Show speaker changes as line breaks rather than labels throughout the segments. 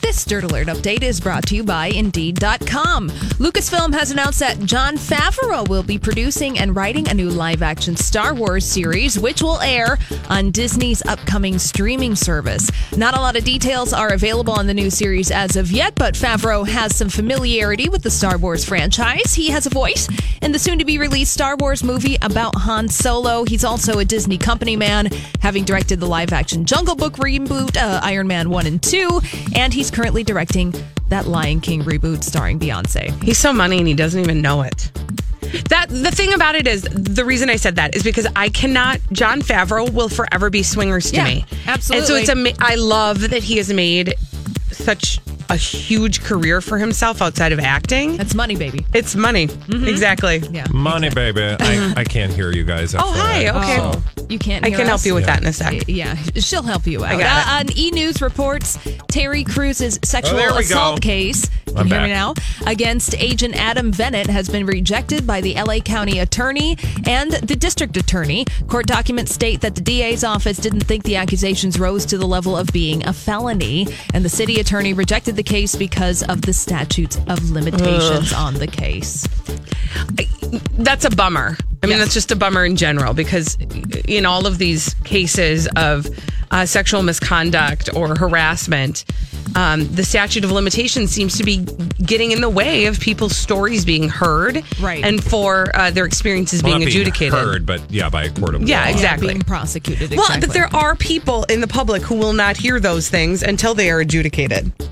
This Dirt Alert update is brought to you by Indeed.com. Lucasfilm has announced that John Favreau will be producing and writing a new live action Star Wars series, which will air on Disney's upcoming streaming service. Not a lot of details are available on the new series as of yet, but Favreau has some familiarity with the Star Wars franchise. He has a voice in the soon to be released Star Wars movie about Han Solo. He's also a Disney company man, having directed the live action Jungle Book reboot, uh, Iron Man 1 and 2, and he's currently directing that Lion King reboot starring Beyonce.
He's so money and he doesn't even know it. That the thing about it is the reason I said that is because I cannot. John Favreau will forever be swingers to
Yeah,
me. And so
absolutely.
it's ama- I love that he has made such a huge career for himself outside of acting.
That's money, baby.
It's money, exactly.
Mm-hmm. Yeah.
Money, baby. I, I can't hear you guys.
Oh hi, okay.
You can't.
I
hear
can help
us?
you with that in a sec.
Yeah, she'll help you out.
got
Uh, on E News reports Terry Cruz's sexual
Oh, there we
assault
go.
case. Can
I'm
you hear me
back.
now? Against agent Adam Bennett has been rejected by the LA County Attorney and the District Attorney. Court documents state that the DA's office didn't think the accusations rose to the level of being a felony, and the city attorney rejected the case because of the statutes of limitations on the case.
that's a bummer. I mean, that's just a bummer in general because in all of these cases of uh, sexual misconduct or harassment, um, the statute of limitations seems to be getting in the way of people's stories being heard,
Right.
and for uh, their experiences
Well, not
being adjudicated.
heard, but yeah, by a court of law.
Yeah, exactly.
Being prosecuted.
Well,
exactly.
but there are people in the public who will not hear those things until they are adjudicated. You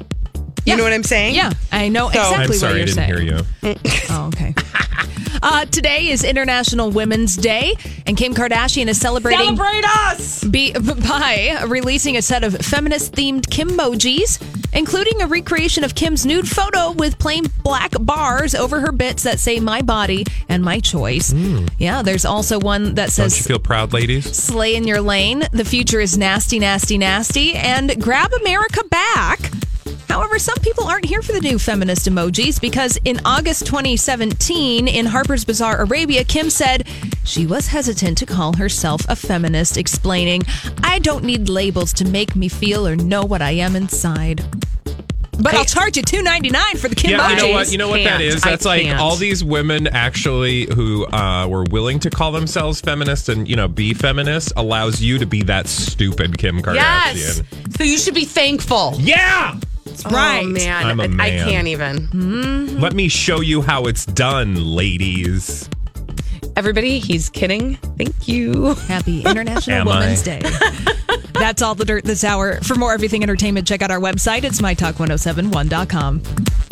Yeah.
know what I'm saying?
Yeah, I know
So-
exactly
I'm sorry, I
what you're
didn't
saying.
hear you.
Oh, okay. Uh, today is International Women's Day, and Kim Kardashian is celebrating
Celebrate us.
be- by releasing a set of feminist themed Kimmojis, including a recreation of Kim's nude photo with plain black bars over her bits that say my body and my choice. Yeah, there's also one that
Hmm. Don't you
says
feel proud, ladies?
slay in your lane. The future is nasty, nasty, nasty, and grab America back. However, some people aren't here for the new feminist emojis because in August 2017, in Harper's Bazaar Arabia, Kim said she was hesitant to call herself a feminist, explaining, I don't need labels to make me feel or know what I am inside. But I'll charge you $2.99 for the Kim
Yeah, you know
emojis.
what? You know what that
Can't.
is?
I
That's like
can't.
all these women actually who uh, were willing to call themselves feminists and you know be feminist allows you to be that stupid Kim Kardashian.
Yes. So you should be thankful.
Yeah.
Oh,
Right.
man.
I'm a
I
man.
can't even.
Let me show you how it's done, ladies.
Everybody, he's kidding. Thank you.
Happy International
Am
Women's
I?
Day. That's oh all the dirt this hour. For more everything entertainment, check out our website. It's mytalk1071.com.